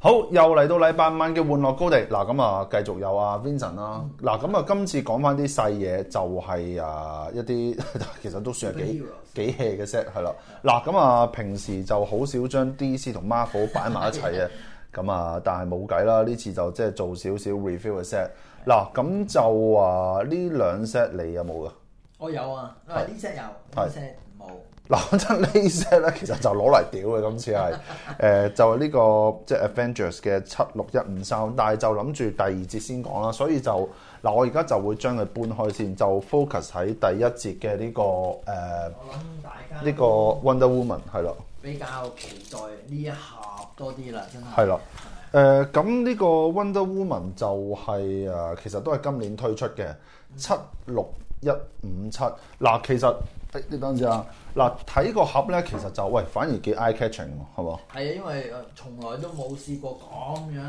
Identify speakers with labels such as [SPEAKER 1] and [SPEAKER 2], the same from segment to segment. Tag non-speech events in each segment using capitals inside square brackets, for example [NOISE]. [SPEAKER 1] 又嚟到禮拜晚嘅玩樂高地，嗱咁啊，繼續有啊 Vincent 啦，嗱咁啊，今次講翻啲細嘢，就係、啊一啲 [LAUGHS] 其實都算係幾
[SPEAKER 2] Superheroes
[SPEAKER 1] 幾 hea 嘅 set 係啦，嗱咁啊，平時就好少將 DC 同 Marvel 擺埋一齊嘅，咁啊，但係冇計啦，呢次就即係做少少 review 嘅 set，嗱咁就啊呢兩 set 你有冇噶？
[SPEAKER 2] 我有啊，嗱
[SPEAKER 1] 係
[SPEAKER 2] 呢 set 有，
[SPEAKER 1] 係
[SPEAKER 2] 呢 set 冇。
[SPEAKER 1] 嗱，講真呢 set 咧，其實就攞嚟屌嘅，今次係誒就係呢、個即係 Avengers 嘅七六一五三，但係就諗住第二節先講啦，所以就嗱我而家就會將佢搬開先，就 focus 喺第一節嘅呢個誒呢、
[SPEAKER 2] 我諗大家
[SPEAKER 1] 個 Wonder Woman 係啦，
[SPEAKER 2] 比較期待呢一盒多啲啦，真係。
[SPEAKER 1] 係啦。誒咁呢個 Wonder Woman 就係、誒，其實都係今年推出嘅七六一五七。嗱，其實誒你等陣先啊，嗱睇個盒咧，其實就喂反而幾 eye catching 喎，係嘛？
[SPEAKER 2] 係啊，因為誒從來都冇試過咁樣，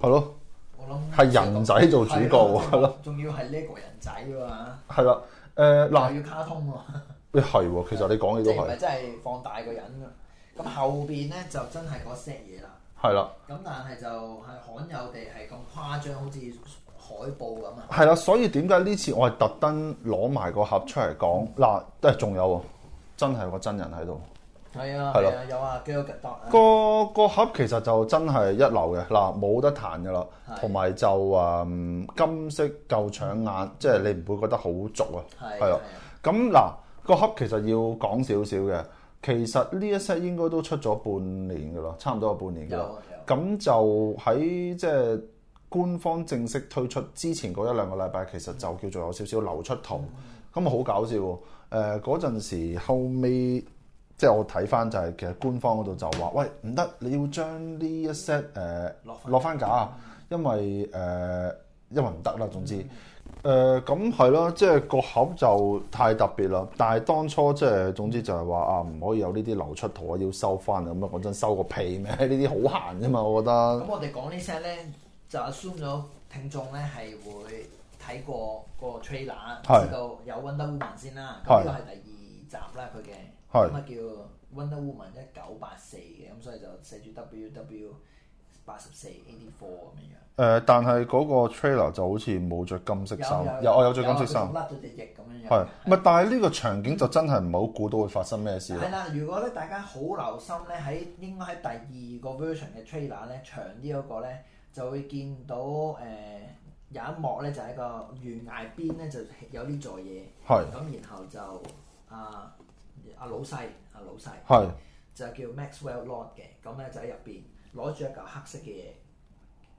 [SPEAKER 1] 係咯。
[SPEAKER 2] 我諗
[SPEAKER 1] 係人仔做主角喎係咯，
[SPEAKER 2] 仲要係呢個人仔喎，嘛，
[SPEAKER 1] 係啦，誒嗱，
[SPEAKER 2] 又要卡通喎，
[SPEAKER 1] 誒係喎，其實你講嘅
[SPEAKER 2] 即
[SPEAKER 1] 都
[SPEAKER 2] 係唔係
[SPEAKER 1] 係，
[SPEAKER 2] 真係放大個人啊？咁後邊咧就真係嗰 set 嘢啦，
[SPEAKER 1] 係啦，
[SPEAKER 2] 咁但係就係罕有地係咁誇張，好似海報咁啊！
[SPEAKER 1] 係啦，所以點解呢次我係特登攞埋個盒出嚟講嗱，誒仲有喎，真係有個真人喺度，
[SPEAKER 2] 係啊，
[SPEAKER 1] 係咯
[SPEAKER 2] 係啊，有啊，幾有特啊！
[SPEAKER 1] 個個盒其實就真係一流嘅，嗱冇得彈嘅啦，
[SPEAKER 2] 係
[SPEAKER 1] 同埋就誒、嗯金色夠搶眼，即係你唔會覺得好俗啊，
[SPEAKER 2] 係
[SPEAKER 1] 係
[SPEAKER 2] 係
[SPEAKER 1] 啊
[SPEAKER 2] 啊，
[SPEAKER 1] 咁嗱個盒其實要講少少嘅，其實呢一 set 應該都出咗半年嘅咯，差唔多有半年嘅
[SPEAKER 2] 有
[SPEAKER 1] 啦。
[SPEAKER 2] 啊有啊。
[SPEAKER 1] 咁就喺即係官方正式推出之前嗰一兩個禮拜，其實就叫做有少少流出圖，咁啊好搞笑喎！誒嗰陣時後尾，即係我睇翻就係、其實官方嗰度就話：喂唔得，你要將呢一 set 誒、
[SPEAKER 2] 落返
[SPEAKER 1] 落翻架啊，因為誒、因為唔得啦，總之。誒咁係咯，即係個盒就太特別啦。但係當初即係總之就係話啊，唔可以有呢啲流出圖啊，要收翻啊。咁啊講真，收個屁咩？呢啲好閒啫嘛，我覺
[SPEAKER 2] 咁
[SPEAKER 1] 得。
[SPEAKER 2] 我哋講呢 set 咧，就 assume 咗聽眾咧係會睇過個 trailer，
[SPEAKER 1] 係
[SPEAKER 2] 知道有 Wonder Woman 先啦。
[SPEAKER 1] 係
[SPEAKER 2] 咁呢個係第二集啦，佢嘅
[SPEAKER 1] 係
[SPEAKER 2] 咁啊叫 Wonder Woman 一九八四嘅，咁所以就寫住 WW 八十四 eighty four 咁樣樣。
[SPEAKER 1] 誒、呃但係嗰個 trailer 就好似冇着金色衫，有我有着金色衫
[SPEAKER 2] 佢，甩咗隻翼咁樣樣。
[SPEAKER 1] 係唔係？但係哦呢個場景就真係唔係好估到會發生咩事啦
[SPEAKER 2] 係。啦，如果咧大家好留心咧，喺應該喺第二個 version 嘅 trailer 咧長啲嗰個咧，就會見到誒、呃有一幕咧就喺個懸崖邊咧就有呢座嘢，
[SPEAKER 1] 係
[SPEAKER 2] 咁然後就啊阿老細阿老細
[SPEAKER 1] 係
[SPEAKER 2] 就叫 Maxwell Lord 嘅，咁咧就喺入邊攞住一嚿黑色嘅嘢。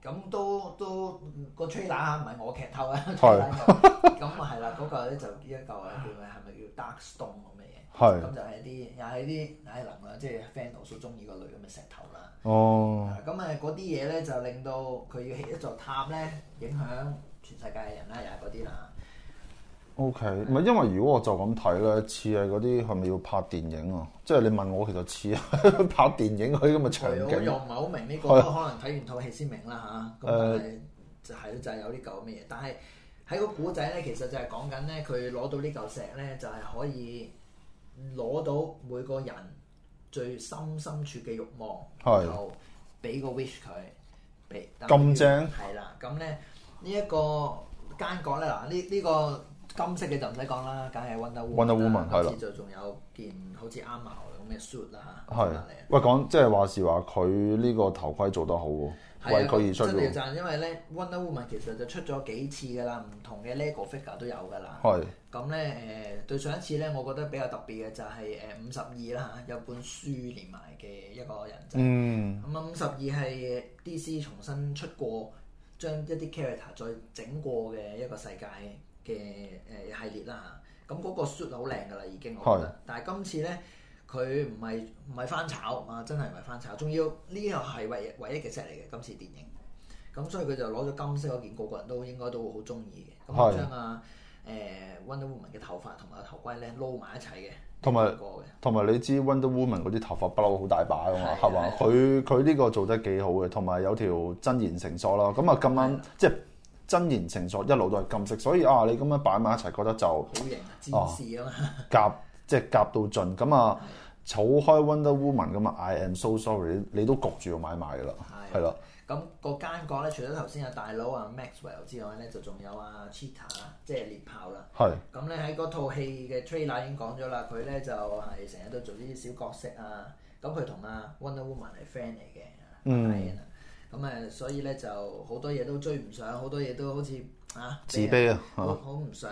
[SPEAKER 2] 咁都都個 trailer 啊唔係我劇透啊，trailer 就咁啊係啦，嗰嚿咧就呢一嚿啊叫咩係咪叫 Dark Stone 咁嘅嘢？
[SPEAKER 1] 係
[SPEAKER 2] 咁就係啲又係啲唉能量，即係 fan 好中意個類咁嘅石頭啦。
[SPEAKER 1] 哦，
[SPEAKER 2] 咁誒嗰啲嘢咧就令到佢要起一座塔咧，影響全世界嘅人啦，又係嗰啲啦。
[SPEAKER 1] OK，唔係因為如果我就咁睇咧，似係嗰啲係咪要拍電影啊？即係你問我，其實似拍電影嗰啲咁嘅
[SPEAKER 2] 我
[SPEAKER 1] 場
[SPEAKER 2] 又
[SPEAKER 1] 景。
[SPEAKER 2] 唔係好明呢個，
[SPEAKER 1] 係
[SPEAKER 2] 可能睇完套戲先明啦嚇。咁但係就係就係有呢嚿咁嘅嘢，但係喺個古仔咧，其實就係講緊咧，佢攞到呢嚿石咧，就係可以攞到每個人最深深處嘅慾望，
[SPEAKER 1] 係
[SPEAKER 2] 然後俾個 wish 佢，俾
[SPEAKER 1] 咁正
[SPEAKER 2] 係啦。咁咧呢一個奸角咧嗱，呢呢個金色嘅就唔使講啦，梗係 Wonder
[SPEAKER 1] Wonder
[SPEAKER 2] Woman 啦
[SPEAKER 1] Woman，係啦
[SPEAKER 2] 今次就仲有件好似啊 armour 咁嘅 suit 啦嚇，
[SPEAKER 1] 係，喂，講即係話時話佢呢個頭盔做得好喎，
[SPEAKER 2] 係啊
[SPEAKER 1] 為佢而出
[SPEAKER 2] 真係要
[SPEAKER 1] 嘅喎，
[SPEAKER 2] 讚，因為咧 Wonder Woman 其實就出咗幾次㗎啦，唔同嘅 LEGO figure 都有㗎啦。
[SPEAKER 1] 係
[SPEAKER 2] 咁咧誒對上一次咧，我覺得比較特別嘅就係誒五十二啦嚇，有本書連埋嘅一個人仔。
[SPEAKER 1] 嗯
[SPEAKER 2] 咁啊五十二係 DC 重新出過，將一啲 character 再整過嘅一個世界嘅誒、系列啦嚇。咁嗰個 suit 好靚㗎啦，已經我覺得。但係今次咧，佢唔係唔係翻炒啊，真係唔係翻炒，仲要呢個係唯唯一嘅 set 嚟嘅今次電影。咁所以佢就攞咗金色嗰件，個個人都應該都會好中意嘅。咁
[SPEAKER 1] 係
[SPEAKER 2] 就將啊誒 Wonder Woman 嘅頭髮同埋個頭盔咧撈埋一齊嘅，
[SPEAKER 1] 同埋
[SPEAKER 2] 過嘅。
[SPEAKER 1] 同埋你知 Wonder Woman 嗰啲頭髮不嬲好大把噶嘛，
[SPEAKER 2] 係
[SPEAKER 1] 係嘛
[SPEAKER 2] 係？
[SPEAKER 1] 佢佢呢個做得幾好嘅，同埋有條真言繩索啦。咁啊咁啱
[SPEAKER 2] 係
[SPEAKER 1] 即係真言繩索一路都係金色，所以啊你咁樣擺埋一齊，覺得就
[SPEAKER 2] 好型啊，戰士啊嘛，
[SPEAKER 1] 夾即係夾到盡。咁啊，儲開 Wonder Woman 咁啊，I am so sorry，你都焗住要買埋噶啦，
[SPEAKER 2] 係
[SPEAKER 1] 係啦，
[SPEAKER 2] 咁個奸角咧，除咗頭先阿大佬啊 Maxwell 之外咧，就仲有啊 Cheetah 啦，即係獵豹啦。
[SPEAKER 1] 係
[SPEAKER 2] 咁咧喺嗰套戲嘅 trailer 已經講咗啦，佢咧就係成日都做呢啲小角色啊。咁佢同阿 Wonder Woman 係 friend 嚟嘅，
[SPEAKER 1] 嗯
[SPEAKER 2] 係啊咁誒，所以咧就好多嘢都追唔上，好多嘢都好似啊
[SPEAKER 1] 自卑啊，
[SPEAKER 2] 好
[SPEAKER 1] 嚇
[SPEAKER 2] 好唔想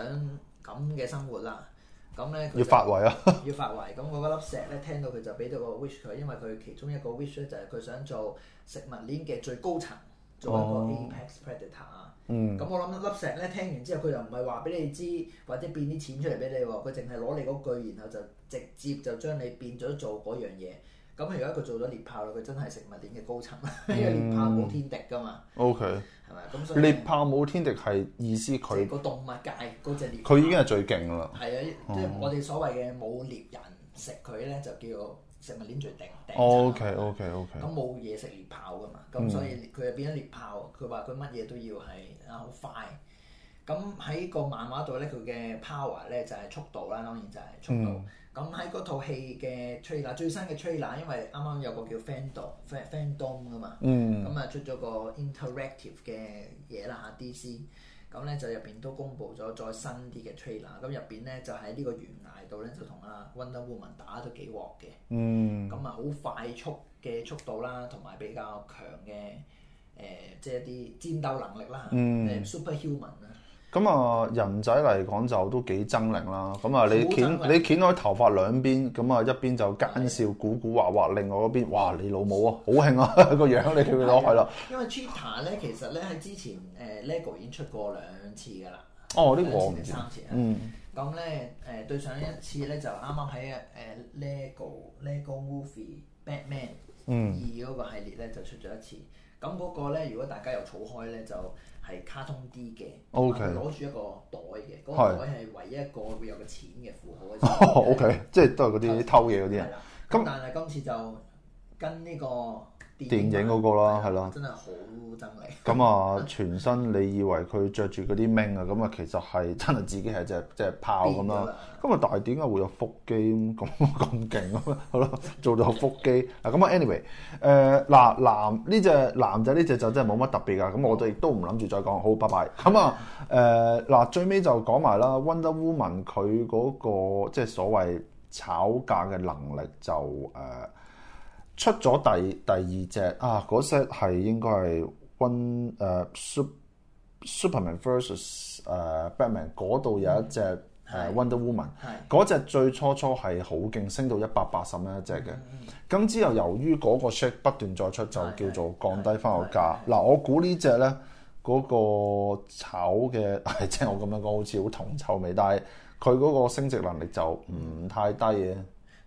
[SPEAKER 2] 咁嘅生活啦。咁咧佢
[SPEAKER 1] 要
[SPEAKER 2] 就
[SPEAKER 1] 發圍啊，
[SPEAKER 2] [LAUGHS] 要發圍，咁我嗰粒石咧聽到佢就俾咗個 wish 佢，因為佢其中一個 wish 咧就係佢想做食物鏈嘅最高層，做一個
[SPEAKER 1] 哦
[SPEAKER 2] apex predator 啊。
[SPEAKER 1] 嗯
[SPEAKER 2] 咁、我諗粒石咧聽完之後，佢又唔係話俾你知，或者變啲錢出嚟俾你喎，佢淨係攞你嗰句，然後就直接就將你變咗做嗰樣嘢。咁而家佢做咗獵豹啦，佢真係食物鏈嘅高層啦，因為獵豹冇天敵噶嘛，
[SPEAKER 1] ，OK。
[SPEAKER 2] 係咪？咁所以
[SPEAKER 1] 獵豹冇天敵係意思
[SPEAKER 2] 即係
[SPEAKER 1] 佢
[SPEAKER 2] 個動物界嗰只獵豹
[SPEAKER 1] 佢已經係最勁啦。
[SPEAKER 2] 係啊，即係我哋所謂嘅冇獵人食佢咧，就叫食物鏈最頂頂層
[SPEAKER 1] 哦 OK OK OK，
[SPEAKER 2] 咁冇嘢食獵豹噶嘛，咁所以佢就變咗獵豹。佢話佢乜嘢都要係啊好快。咁喺個漫畫度咧，佢嘅 power 咧就係、速度啦，當然就係速度。咁喺嗰套戲嘅 trailer 最新嘅 trailer，因為啱啱有個叫 Fandom Fan- Fandom 噶嘛，
[SPEAKER 1] 嗯
[SPEAKER 2] 咁啊出咗個 interactive 嘅嘢啦嚇 DC，咁咧就入邊都公布咗再新啲嘅 trailer，咁入邊咧就喺呢個懸崖度咧就同阿 Wonder Woman 打咗幾鑊嘅。
[SPEAKER 1] 嗯
[SPEAKER 2] 咁啊好快速嘅速度啦，同埋比較強嘅誒、呃即係一啲戰鬥能力啦，誒、
[SPEAKER 1] 嗯
[SPEAKER 2] superhuman 啦，
[SPEAKER 1] 咁啊人仔嚟講就都幾猙獰啦。咁啊你
[SPEAKER 2] 好猙
[SPEAKER 1] 掀
[SPEAKER 2] 獰
[SPEAKER 1] 你掀開頭髮兩邊，咁啊一邊就奸笑古古惑惑，另外嗰邊哇你老母啊，好興啊 [LAUGHS] 個樣你叫佢攞去啦。
[SPEAKER 2] 因為 Cheetah 咧其實咧喺之前誒、呃 LEGO 已經出過兩次㗎啦，
[SPEAKER 1] 哦呢
[SPEAKER 2] 兩
[SPEAKER 1] 個我唔
[SPEAKER 2] 次定
[SPEAKER 1] 知，
[SPEAKER 2] 三次啊。
[SPEAKER 1] 嗯
[SPEAKER 2] 咁咧誒對上一次咧就啱啱喺誒 LEGO LEGO Movie Batman 二
[SPEAKER 1] 嗯
[SPEAKER 2] 嗰個系列咧就出咗一次。咁嗰個咧，如果大家有儲開咧，就係卡通啲嘅啊
[SPEAKER 1] OK
[SPEAKER 2] 攞住一個袋嘅，嗰、
[SPEAKER 1] 係
[SPEAKER 2] 個袋係唯一一個會有個錢嘅符號喺度。
[SPEAKER 1] [LAUGHS] ，OK，即係都係嗰啲偷嘢嗰啲啊
[SPEAKER 2] 係
[SPEAKER 1] 人。
[SPEAKER 2] 啦，
[SPEAKER 1] 咁
[SPEAKER 2] 咁但係今次就跟呢個
[SPEAKER 1] 電
[SPEAKER 2] 電
[SPEAKER 1] 影嗰個啦係啦
[SPEAKER 2] 真係好憎你。
[SPEAKER 1] 咁啊，全身你以為佢着住嗰啲明啊，咁啊其實係真係自己係隻隻豹咁
[SPEAKER 2] 變咗
[SPEAKER 1] 啦
[SPEAKER 2] 啦。
[SPEAKER 1] 咁啊，但係點解會有腹肌咁咁勁咁啊？好啦，做到有腹肌嗱。咁啊，anyway，誒、嗱男呢只男仔呢只就真係冇乜特別㗎。咁我哋亦都唔諗住再講，好，拜拜。咁啊誒嗱，最尾就講埋啦，Wonder Woman 佢嗰、個即係所謂炒價嘅能力就誒。出咗第第二隻啊，嗰 set 係應該係 One 誒 Sup- Superman versus 誒 Batman 嗰度有一隻誒
[SPEAKER 2] 係
[SPEAKER 1] Wonder Woman，
[SPEAKER 2] 係
[SPEAKER 1] 嗰隻最初初係好勁，升到一百八十蚊一隻嘅。咁之後由於嗰個 shake 不斷再出，就叫做降低翻個價。嗱，我估呢只咧嗰個炒嘅， [LAUGHS] 係即係我咁樣講，好似好銅臭味，但係佢嗰個升值能力就唔太低嘅。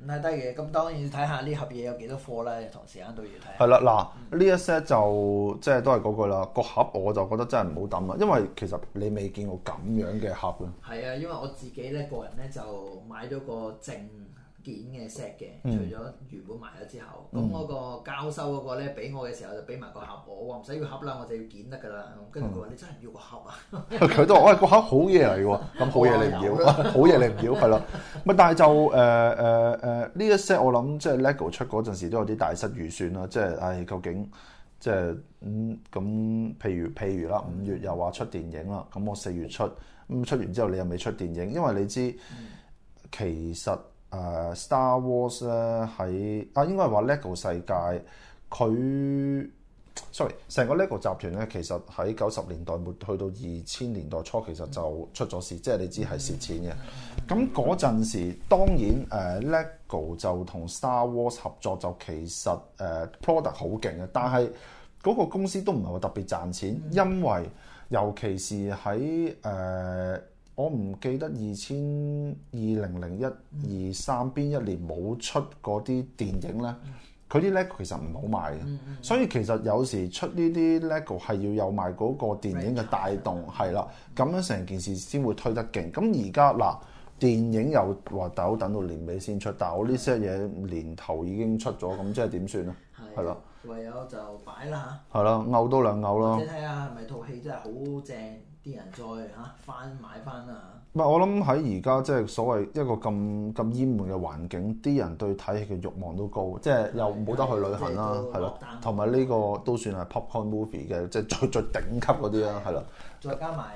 [SPEAKER 2] 唔太低嘅，咁當然要睇下呢盒嘢有幾多貨啦，同時間都要睇下。
[SPEAKER 1] 係啦，嗱呢一 set 就即係都係嗰句啦，個盒我就覺得真係唔好抌啦，因為其實你未見過咁樣嘅盒嘅。
[SPEAKER 2] 係啊，因為我自己咧個人咧就買咗個正件嘅 set 嘅，除咗原本買咗之後，咁我個交收嗰個咧俾我嘅時候就俾埋個盒我，我話唔使要盒啦，我就要件得㗎啦。咁跟住佢話你真係要個盒啊？
[SPEAKER 1] [LAUGHS] 佢都話：喂，個盒好嘢嚟喎，咁好嘢你唔要，好嘢你唔要，係啦。咪但係就呃誒誒誒呢一 set 我諗即係 LEGO 出嗰陣時都有啲大失預算啦，即係唉究竟即係嗯咁譬如譬如啦，五月又話出電影啦，咁我四月出，咁出完之後你又未出電影，因為你知其實誒、呃 Star Wars 咧喺啊應該係話 LEGO 世界佢。sorry，成個 LEGO 集團咧，其實喺九十年代末去到二千年代初，其實就出咗事，即係你知係蝕錢嘅。咁嗰陣時，當然誒、呃 LEGO 就同 Star Wars 合作，就其實誒、呃 product 好勁嘅，但係嗰個公司都唔係話特別賺錢，因為尤其是喺誒、呃我唔記得二千二零零一二三邊一年冇出嗰啲電影咧，佢啲 LEGO 其實唔好賣嘅。所以其實有時出呢啲 LEGO 係要有埋嗰個電影嘅帶動，係啦，咁樣成件事先會推得勁。咁而家嗱，電影又話等等到年尾先出，但係我呢些嘢年頭已經出咗，咁即係點算咧？係
[SPEAKER 2] 係啊
[SPEAKER 1] 啦，
[SPEAKER 2] 唯有就擺啦嚇。
[SPEAKER 1] 係啦，嘔多兩嘔
[SPEAKER 2] 或
[SPEAKER 1] 啦，
[SPEAKER 2] 者睇下係咪套戲真係好正，啲人再嚇翻買翻啊啦
[SPEAKER 1] 唔係，我諗喺而家即係所謂一個咁咁淹悶嘅環境，啲人對睇戲嘅慾望都高，即係又冇得去旅行啦，
[SPEAKER 2] 即係都
[SPEAKER 1] 係咯
[SPEAKER 2] 落單，
[SPEAKER 1] 同埋呢個都算係 popcorn movie 嘅，即係最最頂級嗰啲啦，係啦，
[SPEAKER 2] 嚇，再加埋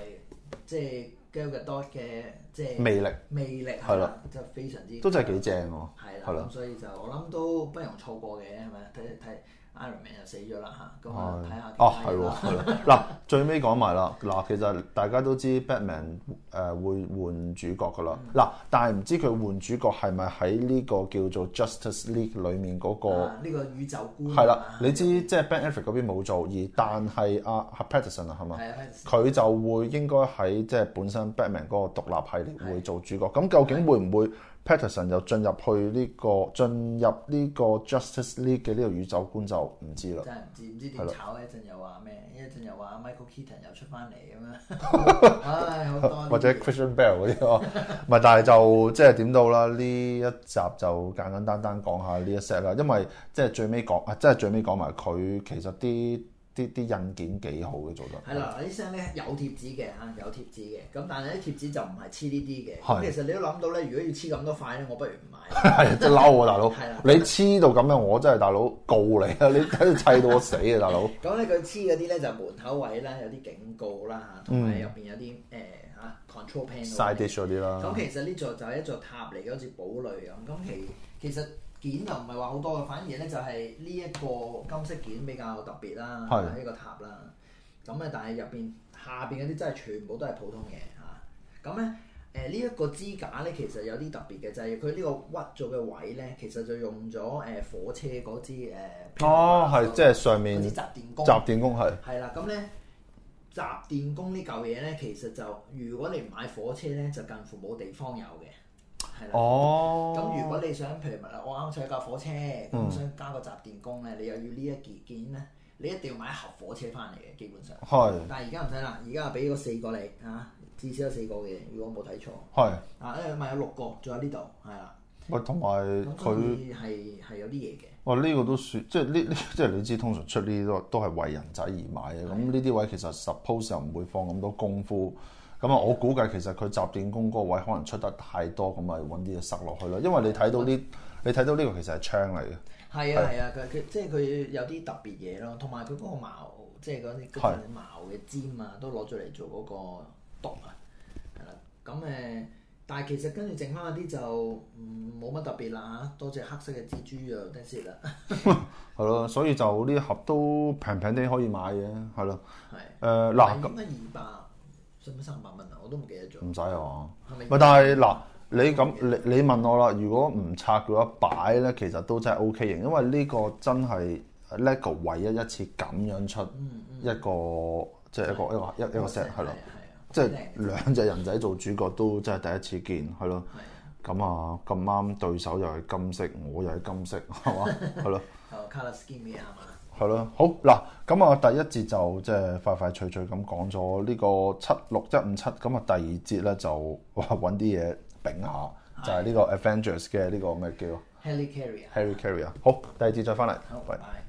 [SPEAKER 2] 即係 Gal Gadot 嘅即係
[SPEAKER 1] 魅力
[SPEAKER 2] 魅力係
[SPEAKER 1] 係啦
[SPEAKER 2] 啦，就非常之
[SPEAKER 1] 都真係幾正喎，
[SPEAKER 2] 係啦，
[SPEAKER 1] 係啦
[SPEAKER 2] 咁所以就我諗都不容錯過嘅，係咪？睇睇 Iron Man 就死咗啦嚇，咁啊睇下其
[SPEAKER 1] 哦，
[SPEAKER 2] 他
[SPEAKER 1] 係
[SPEAKER 2] 嘢
[SPEAKER 1] 喎，
[SPEAKER 2] 啦
[SPEAKER 1] 係喎。
[SPEAKER 2] [LAUGHS]
[SPEAKER 1] 嗱，最尾講埋啦。嗱，其實大家都知 Batman 誒會換主角噶
[SPEAKER 2] 嗯
[SPEAKER 1] 啦。嗱，但係唔知佢換主角係咪喺呢個叫做 Justice League 裡面嗰個
[SPEAKER 2] 啊呢個宇宙觀
[SPEAKER 1] 係啦
[SPEAKER 2] 啊？
[SPEAKER 1] 你知即係 Ben Affleck 嗰邊冇做，而但係阿阿 Patterson 啊，係嘛？
[SPEAKER 2] 係啊，
[SPEAKER 1] 佢就會應該喺即係本身 Batman 嗰個獨立系列會做主角。咁究竟會唔會 Patterson 又進入去呢、個進入呢個 Justice League 嘅呢個宇宙觀就唔知啦。
[SPEAKER 2] 真係唔知唔知
[SPEAKER 1] 係
[SPEAKER 2] 點
[SPEAKER 1] 啦
[SPEAKER 2] 炒，一陣又話咩，一陣又話 Michael Keaton 又出翻嚟
[SPEAKER 1] [LAUGHS]
[SPEAKER 2] 咁樣，唉好多呢啲
[SPEAKER 1] 或者 Christian Bale 嗰啲咯，唔係，但係就即係點到啦？呢一集就簡簡單單講下呢一 set 啦，因為即係最尾講啊，即係最尾講埋佢其實啲啲啲印件幾好嘅做
[SPEAKER 2] [LAUGHS] 係
[SPEAKER 1] 得，
[SPEAKER 2] 啦，嗱啲聲咧有貼紙嘅嚇，有貼紙嘅。咁但係啲貼紙就唔係黐呢啲嘅。
[SPEAKER 1] 係
[SPEAKER 2] 咁其實你都諗到咧，如果要黐咁多塊咧，我不如唔買。
[SPEAKER 1] 係真係嬲啊大佬
[SPEAKER 2] 係啦！
[SPEAKER 1] 你黐到咁樣，我真係大佬告你啊！你喺度砌到我死啊大佬！
[SPEAKER 2] 咁咧佢黐嗰啲咧就門口位啦，有啲警告啦嚇，同埋入邊有啲誒嚇 control
[SPEAKER 1] side
[SPEAKER 2] panel 嘅。
[SPEAKER 1] dish 嗰啲啦
[SPEAKER 2] 咁，其實呢座就係一座塔嚟嘅，好似堡壘咁。咁其其實件就唔係話好多嘅，反而咧就係呢一個金色件比較特別啦，
[SPEAKER 1] 係
[SPEAKER 2] 呢個塔啦。咁咧，但係入邊下邊嗰啲真係全部都係普通嘢嚇。咁咧誒呢一個支架咧，其實有啲特別嘅，就係佢呢個屈咗嘅位咧，其實就用咗誒火車嗰支誒
[SPEAKER 1] 哦係即係上
[SPEAKER 2] 嗰
[SPEAKER 1] 面
[SPEAKER 2] 支
[SPEAKER 1] 集
[SPEAKER 2] 集電啊弓。
[SPEAKER 1] 電工係
[SPEAKER 2] 係啦，咁咧雜電工呢嚿嘢咧，其實就如果你唔買火車咧，就近乎冇地方有嘅，係啦。
[SPEAKER 1] 哦，
[SPEAKER 2] 咁如果你想譬如話我啱上架火車，
[SPEAKER 1] 嗯
[SPEAKER 2] 咁想加個雜電工咧，你又要呢一件件咧，你一定要買一盒火車翻嚟嘅，基本上。
[SPEAKER 1] 係
[SPEAKER 2] 但係而家唔使啦，而家俾咗四個你啊，至少有四個嘅，如果我冇睇錯
[SPEAKER 1] 係
[SPEAKER 2] 啊，誒咪有六個，仲有呢度係啦，
[SPEAKER 1] 喂，同埋
[SPEAKER 2] 咁所
[SPEAKER 1] 佢。
[SPEAKER 2] 以係係有啲嘢嘅。
[SPEAKER 1] 哦哇！呢、個都算，即係呢呢， [LAUGHS] 即係你知通常出呢啲都都係為人仔而買嘅。咁呢啲位其實 suppose 又唔會放咁多功夫。咁啊，我估計其實佢集電工嗰個位可能出得太多，咁咪揾啲嘢塞落去咯。因為你睇到呢，你睇到呢個其實係窗嚟嘅，
[SPEAKER 2] 係啊係啊，佢佢即係佢有啲特別嘢咯，同埋佢嗰個矛，即係嗰啲嗰
[SPEAKER 1] 係
[SPEAKER 2] 啲矛嘅尖啊，都攞咗嚟做嗰個毒啊，係啦。咁誒，但係其實跟住剩翻嗰啲就嗯冇乜特別啦嚇，多隻黑色嘅蜘蛛就得先啦， [LAUGHS]
[SPEAKER 1] 係咯。所以就呢盒都平平地可以買嘅，係咯。
[SPEAKER 2] 係。
[SPEAKER 1] 誒嗱，咁
[SPEAKER 2] 咁應該二百，使唔使三百蚊啊？我都唔記得咗，
[SPEAKER 1] 唔使啊。
[SPEAKER 2] 係咪
[SPEAKER 1] 咪？但係嗱，你咁你你問我啦，如果唔拆嘅話擺咧，其實都真係 O K 型，因為呢個真係 LEGO 唯一一次咁樣出一個即係一個一個嗯一一個 set 係咯
[SPEAKER 2] 係，啊，
[SPEAKER 1] 即係
[SPEAKER 2] 係啊
[SPEAKER 1] 兩隻人仔做主角都真係第一次見係咯。
[SPEAKER 2] 係啊
[SPEAKER 1] 咁啊咁啱對手又係金色，我又係金色，係 [LAUGHS] 嘛？係咯。
[SPEAKER 2] 有 colour scheme 嘅係嘛？
[SPEAKER 1] 係咯，好嗱，咁啊第一節就即係快快脆脆咁講咗呢個七六一五七，咁啊第二節咧就 [LAUGHS] 哇揾啲嘢頂下，就係呢個 Avengers 嘅呢個咩叫
[SPEAKER 2] Helicarrier，
[SPEAKER 1] Harry Carrier。好，第二節再翻嚟，
[SPEAKER 2] 好，
[SPEAKER 1] 喂
[SPEAKER 2] 拜。